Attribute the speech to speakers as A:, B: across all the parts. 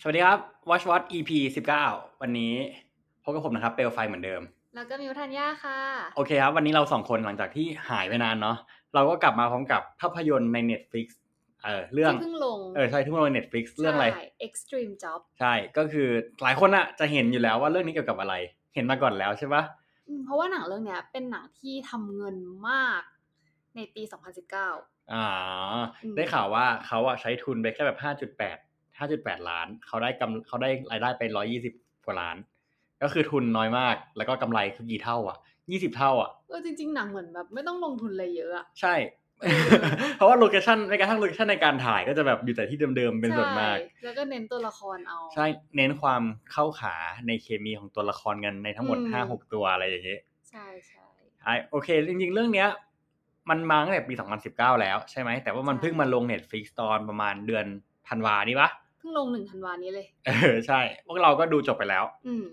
A: สวัสดีครับ Watch Watch EP 19 วันนี้พบกับผมนะครับ เปลวไฟเหมือนเดิม
B: แล้วก็มิวทันย่าค่ะ
A: โอเคครับ วันนี้เราสองคนหลังจากที่หายไปนานเนาะเราก็กลับมาพร้อมกับภาพยนตร์ใน Netflix เออเรื่อง
B: ที่เพิ่งลง
A: เออใช่ที่เพิ่งลงใน Netflix เรื่องอะไร
B: ใช่ Extreme Job
A: ใช่ก็คือหลายคนอะจะเห็นอยู่แล้วว่าเรื่องนี้เกี่ยวกับอะไร เห็นมาก่อนแล้วใช่ปะ
B: อืมเพราะว่าหนังเรื่องเนี้ยเป็นหนังที่ทำเงินมากในปี 2019
A: อ่า
B: อืม
A: ได้ข่าวว่าเขาอะใช้ทุนไปแค่แบบ 5.8 5.8 ล้าน เขาได้กำเขาได้รายได้ไป 120 กว่าล้าน ก็คือทุนน้อยมาก แล้วก็กำไรคือกี่เท่าอะ20 เท่าอะ
B: เออจริง ๆ หนังเหมือนแบบไม่ต้องลงทุนอะไรเยอะอะ
A: ใช่ เพราะว่าโลเคชันในกระทั่งโลเคชันในการถ่ายก็จะแบบอยู่แต่ที่เดิมๆเป็นส่วนมาก
B: ใช่แล้วก็เน้นตัวละครเอา
A: ใช่ เน้นความเข้าขาในเคมีของตัวละครกันในทั้งหมด
B: อืม
A: ห้าหกตัวอะไรอย่างเงี้ย
B: ใช่ใช่
A: ไอโอเค จริงๆ เรื่องเนี้ย มันมาตั้งแต่ปี 2019 แล้วใช่ไหม แต่ว่ามันเพิ่งมาลง Netflix ตอนประมาณเดือนธันวานี่ปะ
B: เพิ่งลงหนึ่งธันวานี้เลย
A: เออใช่ พวกเราก็ดูจบไปแล้ว
B: อืม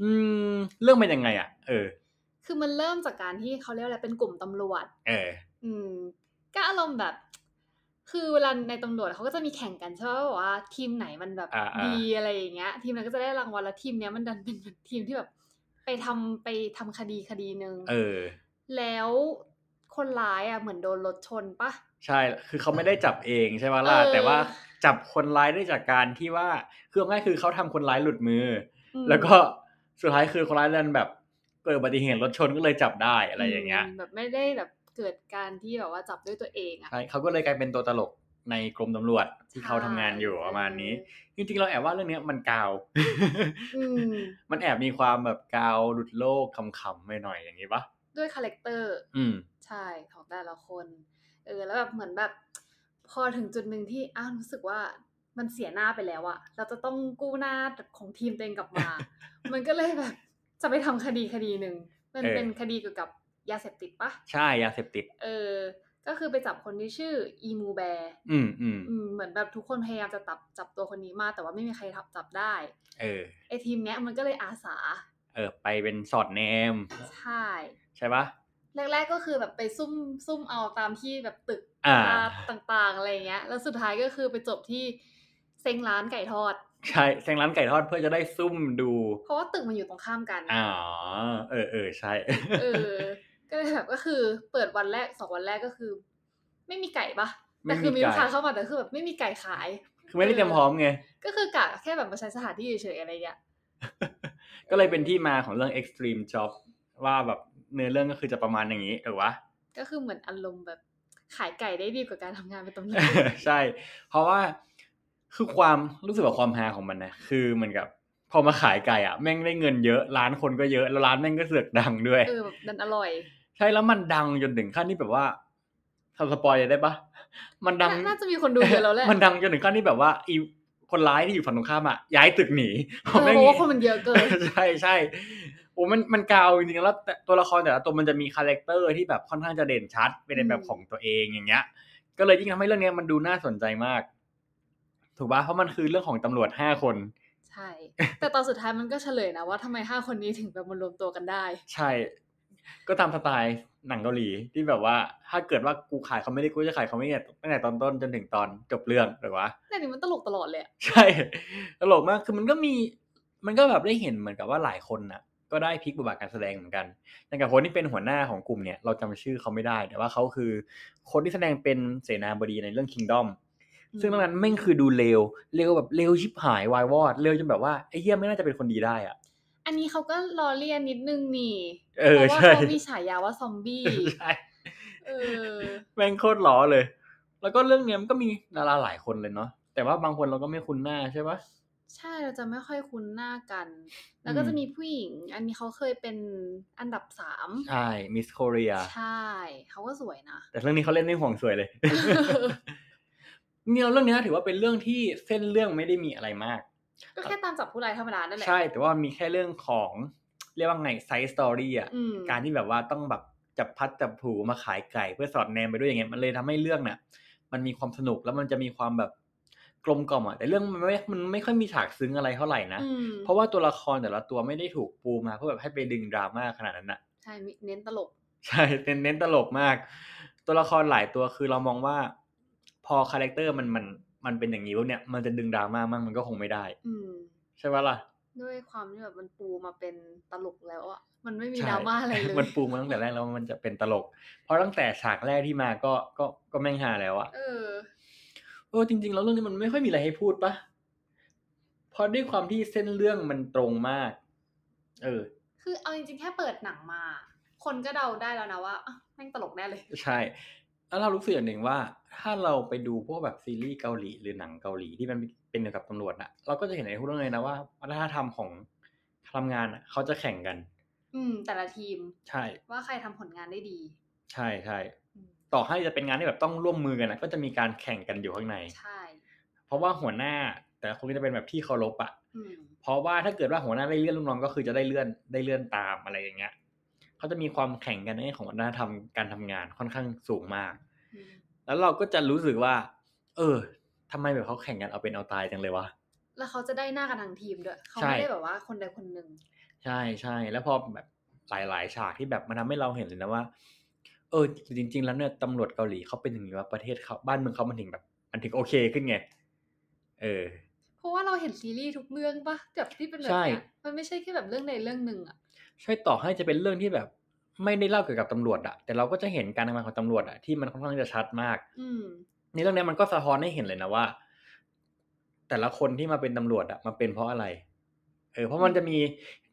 A: อืม เรื่องเป็นยังไงอะเออ
B: คือมันเริ่มจากการที่เขาเรียกอะไรเป็นกลุ่มตำรวจ
A: เออ
B: อืมก็อารมณ์แบบ คือเวลาในตำรวจเขาก็จะมีแข่งกันใช่ไหมว่าแบบว่าทีมไหนมันแบบ
A: อ่าๆ
B: ดีอะไรอย่างเงี้ย ทีมนั้นก็จะได้รางวัลแล้วทีมเนี้ยมันดันเป็นทีมที่แบบ ไปทำไปทำคดีคดีหนึ่ง
A: เออ
B: แล้วคนร้ายอ่ะเหมือนโดนรถชนปะ
A: ใช่ คือเขาไม่ได้จับเองใช่ไหมล่ะ
B: เออ
A: แต่ว่าจับคนร้ายได้จากการที่ว่า คือเอาง่ายคือเขาทำคนร้ายหลุดมือ
B: อื
A: อ
B: ม
A: แล้วก็สุดท้ายคือคนร้ายนั้นแบบเกิดอุบัติเหตุรถชนก็เลยจับได้อะไรอย่างเงี้ย
B: มแบบไม่ได้แบบเกิดการที่แบบว่าจับด้วยตัวเองอ่ะ
A: ใช่เขาก็เลยกลายเป็นตัวตลกในกรมตำรวจที่เขาทำงานอยู่ประมาณนี้ จริงๆเราแอบว่าเรื่องเนี้ยมันกาว
B: อืม
A: มันแอบมีความแบบกาวหลุดโลกขำๆไปหน่อยอย่างงี้ปะ
B: ด้วยคาแรคเตอร์
A: อืม
B: ใช่ของแต่ละคน เออ แล้วแบบเหมือนแบบ พอถึงจุดหนึ่งที่อ้าวรู้สึกว่ามันเสียหน้าไปแล้วอะเราจะต้องกู้หน้าของทีมตัวเองกลับ มา มันก็เลยแบบ จะไปทำคดีคดีหนึ่งมัน
A: เออ
B: เป็นคดีเกี่ยวกับยาเสพติดปะ
A: ใช่ยาเสพติด
B: เออ ก็คือไปจับคนที่ชื่ออีมูแบร์
A: อืมอืม
B: อืมเหมือนแบบทุกคนพยายามจะจับจับตัวคนนี้มาแต่ว่าไม่มีใครทับจับได้
A: เออ
B: ไอทีมเนี้ยมันก็เลยอาสา
A: เออ ไปเป็นสอดแนม
B: ใช่
A: ใช่ปะ
B: แรกๆก็คือแบบไปซุ่มซุ่มเอาตามที่แบบตึก
A: อ่า
B: ต่างๆ อะไรอย่างเงี้ย แล้วสุดท้ายก็คือไปจบที่เซ็งร้านไก่ทอด
A: ใช่แซงร้านไก่ทอดเพื่อจะได้ซุ่มดู
B: เพราะว่าตึกมันอยู่ตรงข้ามกัน
A: อ๋อ เออเออใช่
B: เออ ก็เลยแบบก็คือเปิดวันแรกสองวันแรกก็คือ ไม่มีไก่ปะ
A: ไม่มี
B: แต่คือมีลูกค้า
A: ไก่
B: เข้ามาแต่คือแบบไม่มีไก่ขาย
A: คือไม่ได้เตรียมพร้อมไง
B: ก็คือกะแค่แบบมาใช้สถานที่เฉยๆอะไรอย่างเงี้ย
A: ก็เลยเป็นที่มาของเรื่อง extreme job ว่าแบบเนื้อเรื่องก็คือจะประมาณอย่างนี้ถูกปะ
B: ก็คือเหมือนอารมณ์แบบขายไก่ได้ดีกว่าการทำงานเป็นตำรวจ
A: ใช่ เพราะว่าคือความรู้สึกว่าความฮาของมันนะคือเหมือนกับ พอมาขายไก่อ่ะแม่งได้เงินเยอะร้านคนก็เยอะแล้วร้านแม่งก็เสือกดังด้วย
B: เออแบบนันอร่อย
A: ใช่แล้วมันดังจนถึงขั้นที่แบบว่าทำสปอยได้ปะมันดัง
B: นาน่าจะมีคนดูเยอะแล้วแหละ
A: มันดังจนถึงขั้นที่แบบว่าอีคนร้ายที่อยู่ฝั่งตรงข้ามอ่ะย้ายตึกหนี
B: เอ อเพราะว่าคนมันเยอะเกิน
A: ใช่ใช่โอ้มันมันกาวจริงๆแล้วแต่ตัวละครแต่ละตัวมันจะมีคาแรคเตอร์ที่แบบค่อนข้างจะเด่นชัดเป็นในแบบ
B: อืม
A: ของตัวเองอย่างเงี้ย ก็เลยยิ่งทำให้เรื่องเนี้ยมันดูน่าสนใจมาก ถูกปะเพราะมันคือเรื่องของตำรวจห้าคน
B: ใช่ แต่ตอนสุดท้ายมันก็เฉลยนะว่าทำไมห้าคนนี้ถึงแบบมารวมตัวกันได้
A: ใช่ ก็ตามสไตล์หนังเกาหลีที่แบบว่า ถ้าเกิดว่ากูขายเขาไม่ได้กูจะขายเขาไม่ได้ตั้งแต่ตอนต้นจนถึงตอนจบเรื่องหรือวะ
B: แต่นี่มันตลกตลอดเลยอะ
A: ใช่ ตลกมากคือมันก็มี มันก็แบบได้เห็นเหมือนกับว่าหลายคนน่ะ ก็ได้พลิกบทบาทการแสดงเหมือนกันอย่างกับคนที่เป็นหัวหน้าของกลุ่มเนี่ยเราจำชื่อเขาไม่ได้ แต่ว่าเขาคือ คนที่แสดงเป็นเสนาบดีในเรื่อง Kingdom ซึ่งตรงนั้นแม่งคือดูเลวเลวแบบเลวชิบหายวายวอดเลวจนแบบว่าไอ้เหี้ยไม่น่าจะเป็นคนดีได้อะ
B: อันนี้เขาก็ล้อเลียนนิดนึงนี่
A: เอ
B: เพ
A: อ
B: ราะว่า
A: ใช่
B: เขามีฉายาว่าซอมบี้
A: ใช่
B: เออ
A: แม่งโคตรล้อเลย แล้วก็เรื่องเนี้ยมันก็มีดาราหลายคนเลยเนาะแต่ว่าบางคนเราก็ไม่คุ้นหน้าใช่ปะ
B: ใช่เราจะไม่ค่อยคุ้นหน้ากัน แล้วก็
A: อืม
B: จะมีผู้หญิง อันนี้เขาเคยเป็นอันดับสาม
A: ใช่มิสโคเรีย
B: ใช่เขาก็สวยนะ
A: แต่เรื่องนี้เขาเล่นไม่ห่วงส วยเลย เนี่ยเรื่องเนี้ยถือว่าเป็นเรื่องที่เส้นเรื่องไม่ได้มีอะไรมาก
B: ก็แค่ตามจับผู้ร้ายธรรมดานั่นแหละ
A: ใช่แต่ว่ามีแค่เรื่องของเรียกว่าไงไซส์สตอรี่อ่ะ
B: อืม
A: การที่แบบว่าต้องแบบจับพัดจับผูมาขายไก่เพื่อสอดแนมไปด้วยอย่างเงี้ยมันเลยทำให้เรื่องน่ะ มันมีความสนุกแล้วมันจะมีความแบบกลมกล่อมอ่ะแต่เรื่องมันไม่มันไม่ค่อยมีฉากซึ้งอะไรเท่าไหร่นะ
B: อืม
A: เพราะว่าตัวละครแต่ละตัวไม่ได้ถูกปูมาเพื่อแบบให้ไปดึงดราม่าขนาดนั้นอ่ะ
B: ใช่มีเน้นตลก
A: ใช่ เน้นเน้นตลกมาก ตัวละครหลายตัวคือเรามองว่า พอคาแรคเตอร์มันมัน มันเป็นอย่างนี้ปุ๊บเนี่ยมันจะดึงดราม่ามั่งมันก็คงไม่ได้
B: อืม
A: ใช่ปะล่ะ
B: ด้วยความที่แบบมันปูมาเป็นตลกแล้วอะมันไม่มี
A: ใช่
B: ดราม่าอะไรเลย
A: มันปูมาตั้งแต่แรกแล้วว่ามันจะเป็นตลก เพราะตั้งแต่ฉากแรกที่มาก็ก็ก็แม่งฮาแล้วอะ
B: เออ
A: เออจริง ๆ แล้วเรื่องนี้มันไม่ค่อยมีอะไรให้พูดปะเพราะด้วยความที่เส้นเรื่องมันตรงมาก เออ
B: คือเอาจริงๆแค่เปิดหนังมา คนก็เดาได้แล้วนะว่าอ่ะแม่งตลกแน่เลย
A: ใช่ แล้วเรารู้สึกอย่างหนึ่งว่า ถ้าเราไปดูพวกแบบซีรีส์เกาหลีหรือหนังเกาหลีที่มันเป็นเกี่ยวกับตำรวจอะเราก็จะเห็นในทุกเรื่องเลยนะว่าวัฒนธรรมของทำงานอะเขาจะแข่งกัน
B: อืม แต่ละทีม
A: ใช่
B: ว่าใครทำผลงานได้ดี
A: ใช่ใช่
B: อืม
A: ต่อให้จะเป็นงานที่แบบต้องร่วมมือกันนะก็จะมีการแข่งกันอยู่ข้างใน
B: ใช่
A: เพราะว่าหัวหน้า แต่คงจะเป็นแบบที่เคารพอะ
B: อืม
A: เพราะว่าถ้าเกิดว่าหัวหน้าได้เลื่อนลูกน้องก็คือจะได้เลื่อนได้เลื่อนตามอะไรอย่างเงี้ยเขาจะมีความแข่งกันในเรื่องของวัฒนธรรมการทำงานค่อนข้างสูงมาก
B: อืม
A: แล้วเราก็จะรู้สึกว่า เออทำไมแบบเขาแข่งกันเอาเป็นเอาตายจังเลยวะ
B: แล้วเขาจะได้หน้ากันทางทีมด้วยเขา
A: ใช่
B: ไม่ได้แบบว่าคนใดคนหนึ่ง
A: ใช่ใช่ แล้วพอแบบหลาย ๆ ฉากที่แบบมันทำให้เราเห็นเลยนะว่า เออ จริง ๆ แล้วเนี่ยตำรวจเกาหลีเขาเป็นอย่างนี้ว่าประเทศเขาบ้านเมืองเขามันถึงแบบ มันถึงโอเคขึ้นไง เออ
B: เพราะว่าเราเห็นซีรีส์ทุกเรื่องปะแบบที่เป็นแบบ
A: ใช่
B: เนี้ยมันไม่ใช่แค่แบบเรื่องใดเรื่องหนึ่งอะ
A: ใช่ต่อให้จะเป็นเรื่องที่แบบ ไม่ได้เล่าเกี่ยวกับตำรวจอะแต่เราก็จะเห็นการทำงานของตำรวจอะที่มันค่อนข้างจะชัดมาก
B: อืม
A: ในเรื่องเนี้ยมันก็สะท้อนให้เห็นเลยนะว่า แต่ละคนที่มาเป็นตำรวจอะมาเป็นเพราะอะไร เออ เพราะมันจะมี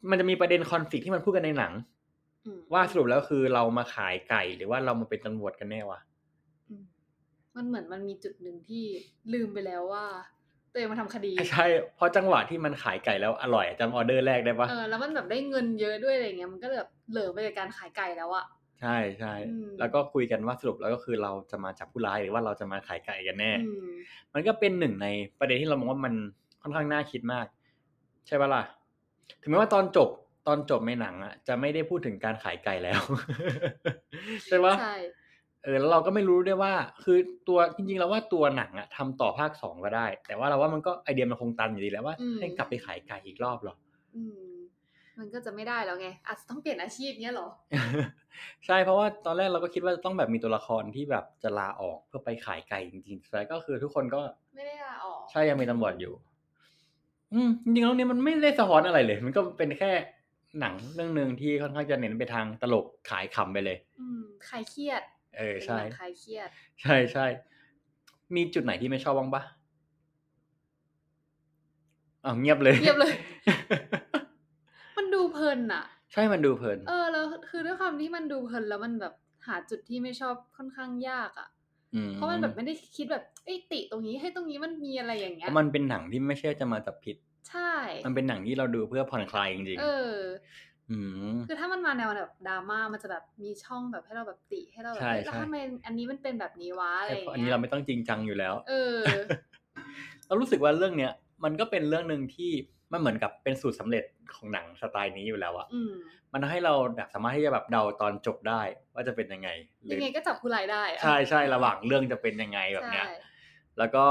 A: มันจะมีประเด็นคอนฟ lict ที่มันพูดกันในหนัง
B: อืม
A: ว่าสรุปแล้วคือเรามาขายไก่หรือว่าเรามาเป็นตำรวจกันแน่วะ
B: อืมมันเหมือนมันมีจุดหนึ่งที่ลืมไปแล้วว่า ตัวเองมาทำคดี
A: ใช่เพราะจังหวะที่มันขายไก่แล้วอร่อยจำออเดอร์แรกได้ปะ
B: เออแล้วมันแบบได้เงินเยอะด้วยอะไรเงี้ยมันก็แบบเหลือไปจากการขายไก่แล้วอะ
A: ใช่ใช่
B: อืม
A: แล้วก็คุยกันว่าสรุปแล้วก็คือเราจะมาจับผู้ร้ายหรือว่าเราจะมาขายไก่กันแน่
B: อืม
A: มันก็เป็นหนึ่งในประเด็นที่เรามองว่ามันค่อนข้างน่าคิดมาก ใช่ปะล่ะ ถึงแม้ว่าตอนจบตอนจบในหนังอะจะไม่ได้พูดถึงการขายไก่แล้ว ใช่ปะ
B: ใช่
A: เออแล้วเราก็ไม่รู้ด้วยว่า คือตัวจริงๆแล้วว่าตัวหนังอะทำต่อภาคสองก็ได้ แต่ว่าเราว่ามันก็ไอเดียมันคงตันอยู่ดีแหล้วว่าให้กลับไปขายไก่อีกรอบเหร อ
B: อืมมันก็จะไม่ได้แล้วไงอาจจะต้องเปลี่ยนอาชีพเนี้ยเหรอ
A: ใช่เพราะว่าตอนแรกเราก็คิดว่าจะต้องแบบมีตัวละครที่แบบจะลาออกเพื่อไปขายไก่จริงๆแต่ก็คือทุกคนก็
B: ไม่ได้ลาออก
A: ใช่ยังมีตำรวจอยู่ อืมจริงๆแล้วเนี่ยมันไม่ได้สะท้อนอะไรเลย มันก็เป็นแค่หนังเรื่องหนึ่งที่ค่อนข้างจะเน้นไปทางตลกขายขำไปเลย
B: อืมคลายเครียด
A: เออ
B: เป็น
A: ใช่
B: หนังคลายเครียด
A: ใช่ใช่มีจุดไหนที่ไม่ชอบบ้างปะอ้าวเงียบเลย
B: เงียบเลย มันดูเพลินอะ
A: ใช่มันดูเพลิน
B: เออแล้วคือด้วยความที่มันดูเพลินแล้วมันแบบหาจุดที่ไม่ชอบค่อนข้างยากอะ
A: อื
B: เพราะมันแบบไม่ได้คิดแบบเอ้ยติตรงนี้ให้ตรงนี้มันมีอะไรอย่าง
A: เพ
B: เงี้ย
A: ราะมันเป็นหนังที่ไม่ใช่จะมาจับผิด
B: ใช่
A: มันเป็นหนังที่เราดูเพื่อผ่อนคลายจริง
B: เออ
A: ๆอืม
B: คือถ้ามันมาแนวแบบดราม่ามันจะแบบมีช่องแบบให้เราแบบติให้เราแบบ
A: ใช่
B: เอ้ยแล้ว
A: ใช่
B: ทำไมอันนี้มันเป็นแบบนี้วะอะไรอ
A: ใช่
B: ย่าง
A: เพราะอัน
B: เงี้
A: นี้
B: ย
A: เราไม่ต้องจริงจังอยู่แล้ว
B: เออ
A: เรารู้สึกว่าเรื่องเนี้ยมันก็เป็นเรื่องหนึ่งที่มันเหมือนกับเป็นสูตรสำเร็จของหนังสไตล์นี้อยู่แล้วอะ
B: อืม
A: มันทำให้เราแบบสามารถที่จะแบบเดาตอนจบได้ว่าจะเป็นยังไงหรื
B: ยัง
A: อ
B: ไงก็จับผู้ร้ายได้อะ
A: ใช่ใช่ระหว่างเรื่องจะเป็นยังไงแบบเนี้ย
B: ใช่
A: แล้วก็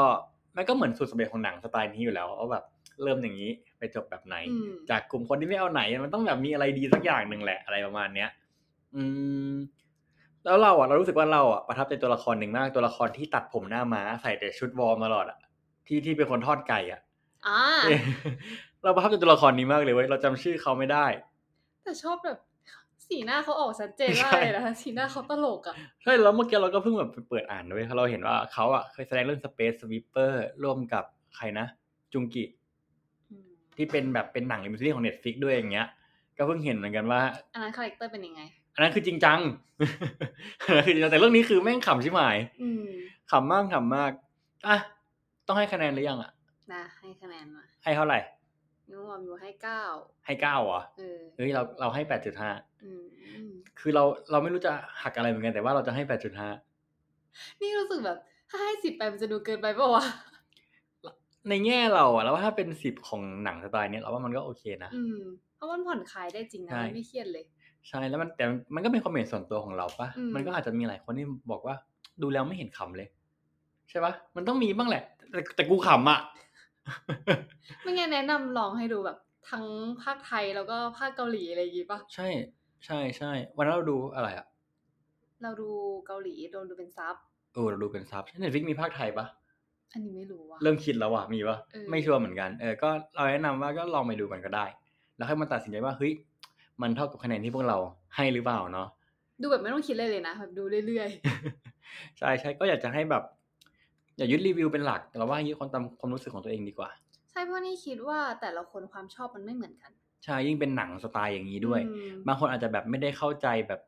A: มันก็เหมือนสูตรสำเร็จของหนังสไตล์นี้อยู่แล้วว่าแบบเริ่มอย่างนี้ไปจบแบบไหน
B: อืม
A: จากกลุ่มคนที่ไม่เอาไหนมันต้องแบบมีอะไรดีสักอย่างหนึ่งแหละอะไรประมาณเนี้ย อืม แล้วเราอ่ะ เรารู้สึกว่าเราอ่ะประทับใจตัวละครหนึ่งมาก ตัวละครที่ตัดผมหน้าม้าใส่แต่ชุดวอร์มตลอดอ่ะที่ที่เป็นคนทอดไก่อ่ะ
B: อ่า
A: เราประทับใจตัวละครนี้มากเลยเว้ยเราจำชื่อเขาไม่ได้
B: แต่ชอบแบบ สีหน้าเขาออกชัดเจนมากเลย นะสีหน้าเขาตลกอ่ะ
A: ใช่แล้วเมื่อกี้เราก็เพิ่งแบบไปเปิดอ่านด้วยเราเห็นว่าเขาอ่ะเคยแสดงเรื่อง Space Sweeper ร่วมกับใครนะจุงกิ
B: อืม
A: ที่เป็นแบบเป็นหนังหรือเป็นซีรีส์ของ Netflix ด้วยอย่างเงี้ย ก็เพิ่งเห็นเหมือนกันว่า
B: อันนั้นคาแรคเตอร์เป็นยังไง
A: อันนั้นคือจริงจัง อันนั้นคือจริงจังแต่เรื่องนี้คือแม่งขำชิบหาย
B: อืม
A: ขำมากขำมากอ่ะต้องให้คะแนนหรือยังอ่ะ
B: นะให้คะแนนมา
A: ให้เท่าไหร่
B: นิวอมอยู่ให้เก้า
A: ให้เก้าเหรอ
B: เออ
A: เฮ้ยเราเราให้แปดจุดห้า
B: อืมอืม
A: คือเราเราไม่รู้จะหักอะไรเหมือนกันแต่ว่าเราจะให้แปดจุดห้า
B: นี่รู้สึกแบบถ้าให้สิบไปมันจะดูเกินไปปะวะ
A: ในแง่เราอ่ะเราว่าถ้าเป็นสิบของหนังสไตล์เนี้ยเราว่ามันก็โอเคนะ
B: อืมเพราะมันผ่อนคลายได้จริงนะ
A: ใช่
B: มันไม่เครียดเลย
A: ใช่แล้วมันแต่มันก็เป็นความเห็นส่วนตัวของเราปะ
B: อืม
A: มันก็อาจจะมีหลายคนที่บอกว่า ดูแล้วไม่เห็นขำเลย ใช่ปะมันต้องมีบ้างแหละ แต่แต่กูขำอ่ะ
B: ไม่งั้นแนะนำลองให้ดูแบบทั้งภาคไทยแล้วก็ภาคเกาหลีอะไรอย่างงี้ปะ
A: ใช่ ใช่ใช่วันนั้นเราดูอะไรอ่ะ
B: เราดูเกาหลีโดนดูเป็นซับ
A: เออเราดูเป็นซับเน็ตฟิกมีภาคไทยปะ
B: อันนี้ไม่รู้ว่ะ
A: เริ่มคิดแล้วว่ะมีปะ
B: เออ
A: ไม่ชัวร์เหมือนกันเออก็เราแนะนำว่าก็ลองไปดูกันก็ได้ แล้วให้มันตัดสินใจว่าเฮ้ยมันเท่ากับคะแนนที่พวกเราให้หรือเปล่าเนาะ
B: ดูแบบไม่ต้องคิดเลยเลยนะแบบดูเรื่อย
A: ใช่ใช่ก็อยากจะให้แบบ อย่ายึดรีวิวเป็นหลัก แต่เราว่ายึดความตามความรู้สึกของตัวเองดีกว่า
B: ๆ ใช่เพราะนี่คิดว่าแต่ละคนความชอบมันไม่เหมือนกัน
A: ใช่ยิ่งเป็นหนังสไตล์อย่างนี้ด้วย
B: อืม
A: บางคนอาจจะแบบไม่ได้เข้าใจแบบ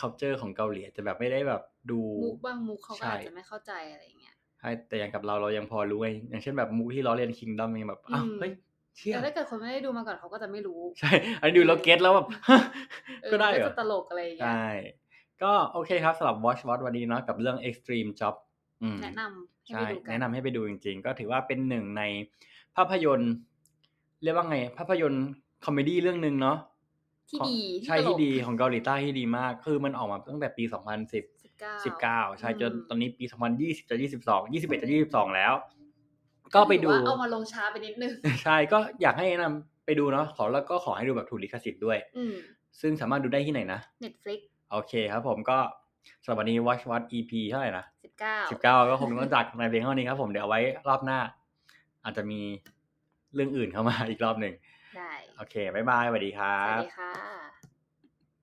A: culture ของเกาหลีอาจจะแบบไม่ได้แบบดู
B: มุกบางมุกเขาก็
A: ใช่
B: อาจจะไม่เข้าใจอะไรอย่างเงี้ย
A: ใช่แต่อย่างกับเราเรายังพอรู้ไงอย่างเช่นแบบมูที่ล้อเลียนคิงดอมเองแบบอ้าว
B: อืม
A: เฮ้ยเชี่ย
B: แต่ถ้าเกิดคนไม่ได้ดูมาก่อนเขาก็จะไม่รู้
A: ใช่ อันนดูแล้วเก็ตแล้วแบบ
B: เออ
A: ก็ได้
B: มัน
A: เหรอ
B: จะตลกอะไรอย่างเงี้ย
A: ใช่ก็โอเคครับสำหรับ Watch Watch วันนี้เนาะกับเรื่อง Extreme Job อืม
B: แนะนำให้
A: ใช่
B: ไปดูกัน
A: แนะนำให้ไปดูจริงๆ ก็ถือว่าเป็นหนึ่งในภาพยนตร์ เรียกว่าไง ภาพยนตร์คอมเมดี้เรื่องหนึ่งเนาะ
B: ที่
A: ของ
B: ดี
A: ใช่
B: ตล
A: ที่
B: ก
A: ดีของเกาหลีใต้ที่ดีมาก คือมันออกมาตั้งแต่ปี 2010
B: สิบเก้า
A: 19 ใช่จน
B: อืม
A: ตอนนี้ปี 2020 จะ 22 21 จะ 22 แล้ว ก็ไปดู
B: ถือว่าเอามาลงช้าไปนิดนึง
A: ใช่ก็อยากให้แนะนำไปดูเนาะขอแล้วก็ขอให้ดูแบบถูกลิขสิทธิ์ด้วย
B: อืม
A: ซึ่งสามารถดูได้ที่ไหนนะ
B: Netflix
A: โอเคครับผมก็สำหรับวันนี้ Watch Watch EP เท่าไหร่นะ
B: สิบเก้า
A: สิบเก้าก็คงต้องจากในเพลงเท่านี้ครับผมเดี๋ยวเอาไว้รอบหน้า อาจจะมีเรื่องอื่นเข้ามา อีกรอบหนึ่ง
B: ได้
A: โอเค บ๊ายบายสวัสดีค
B: ส
A: รั
B: วัส
A: บ
B: ดีค่ะ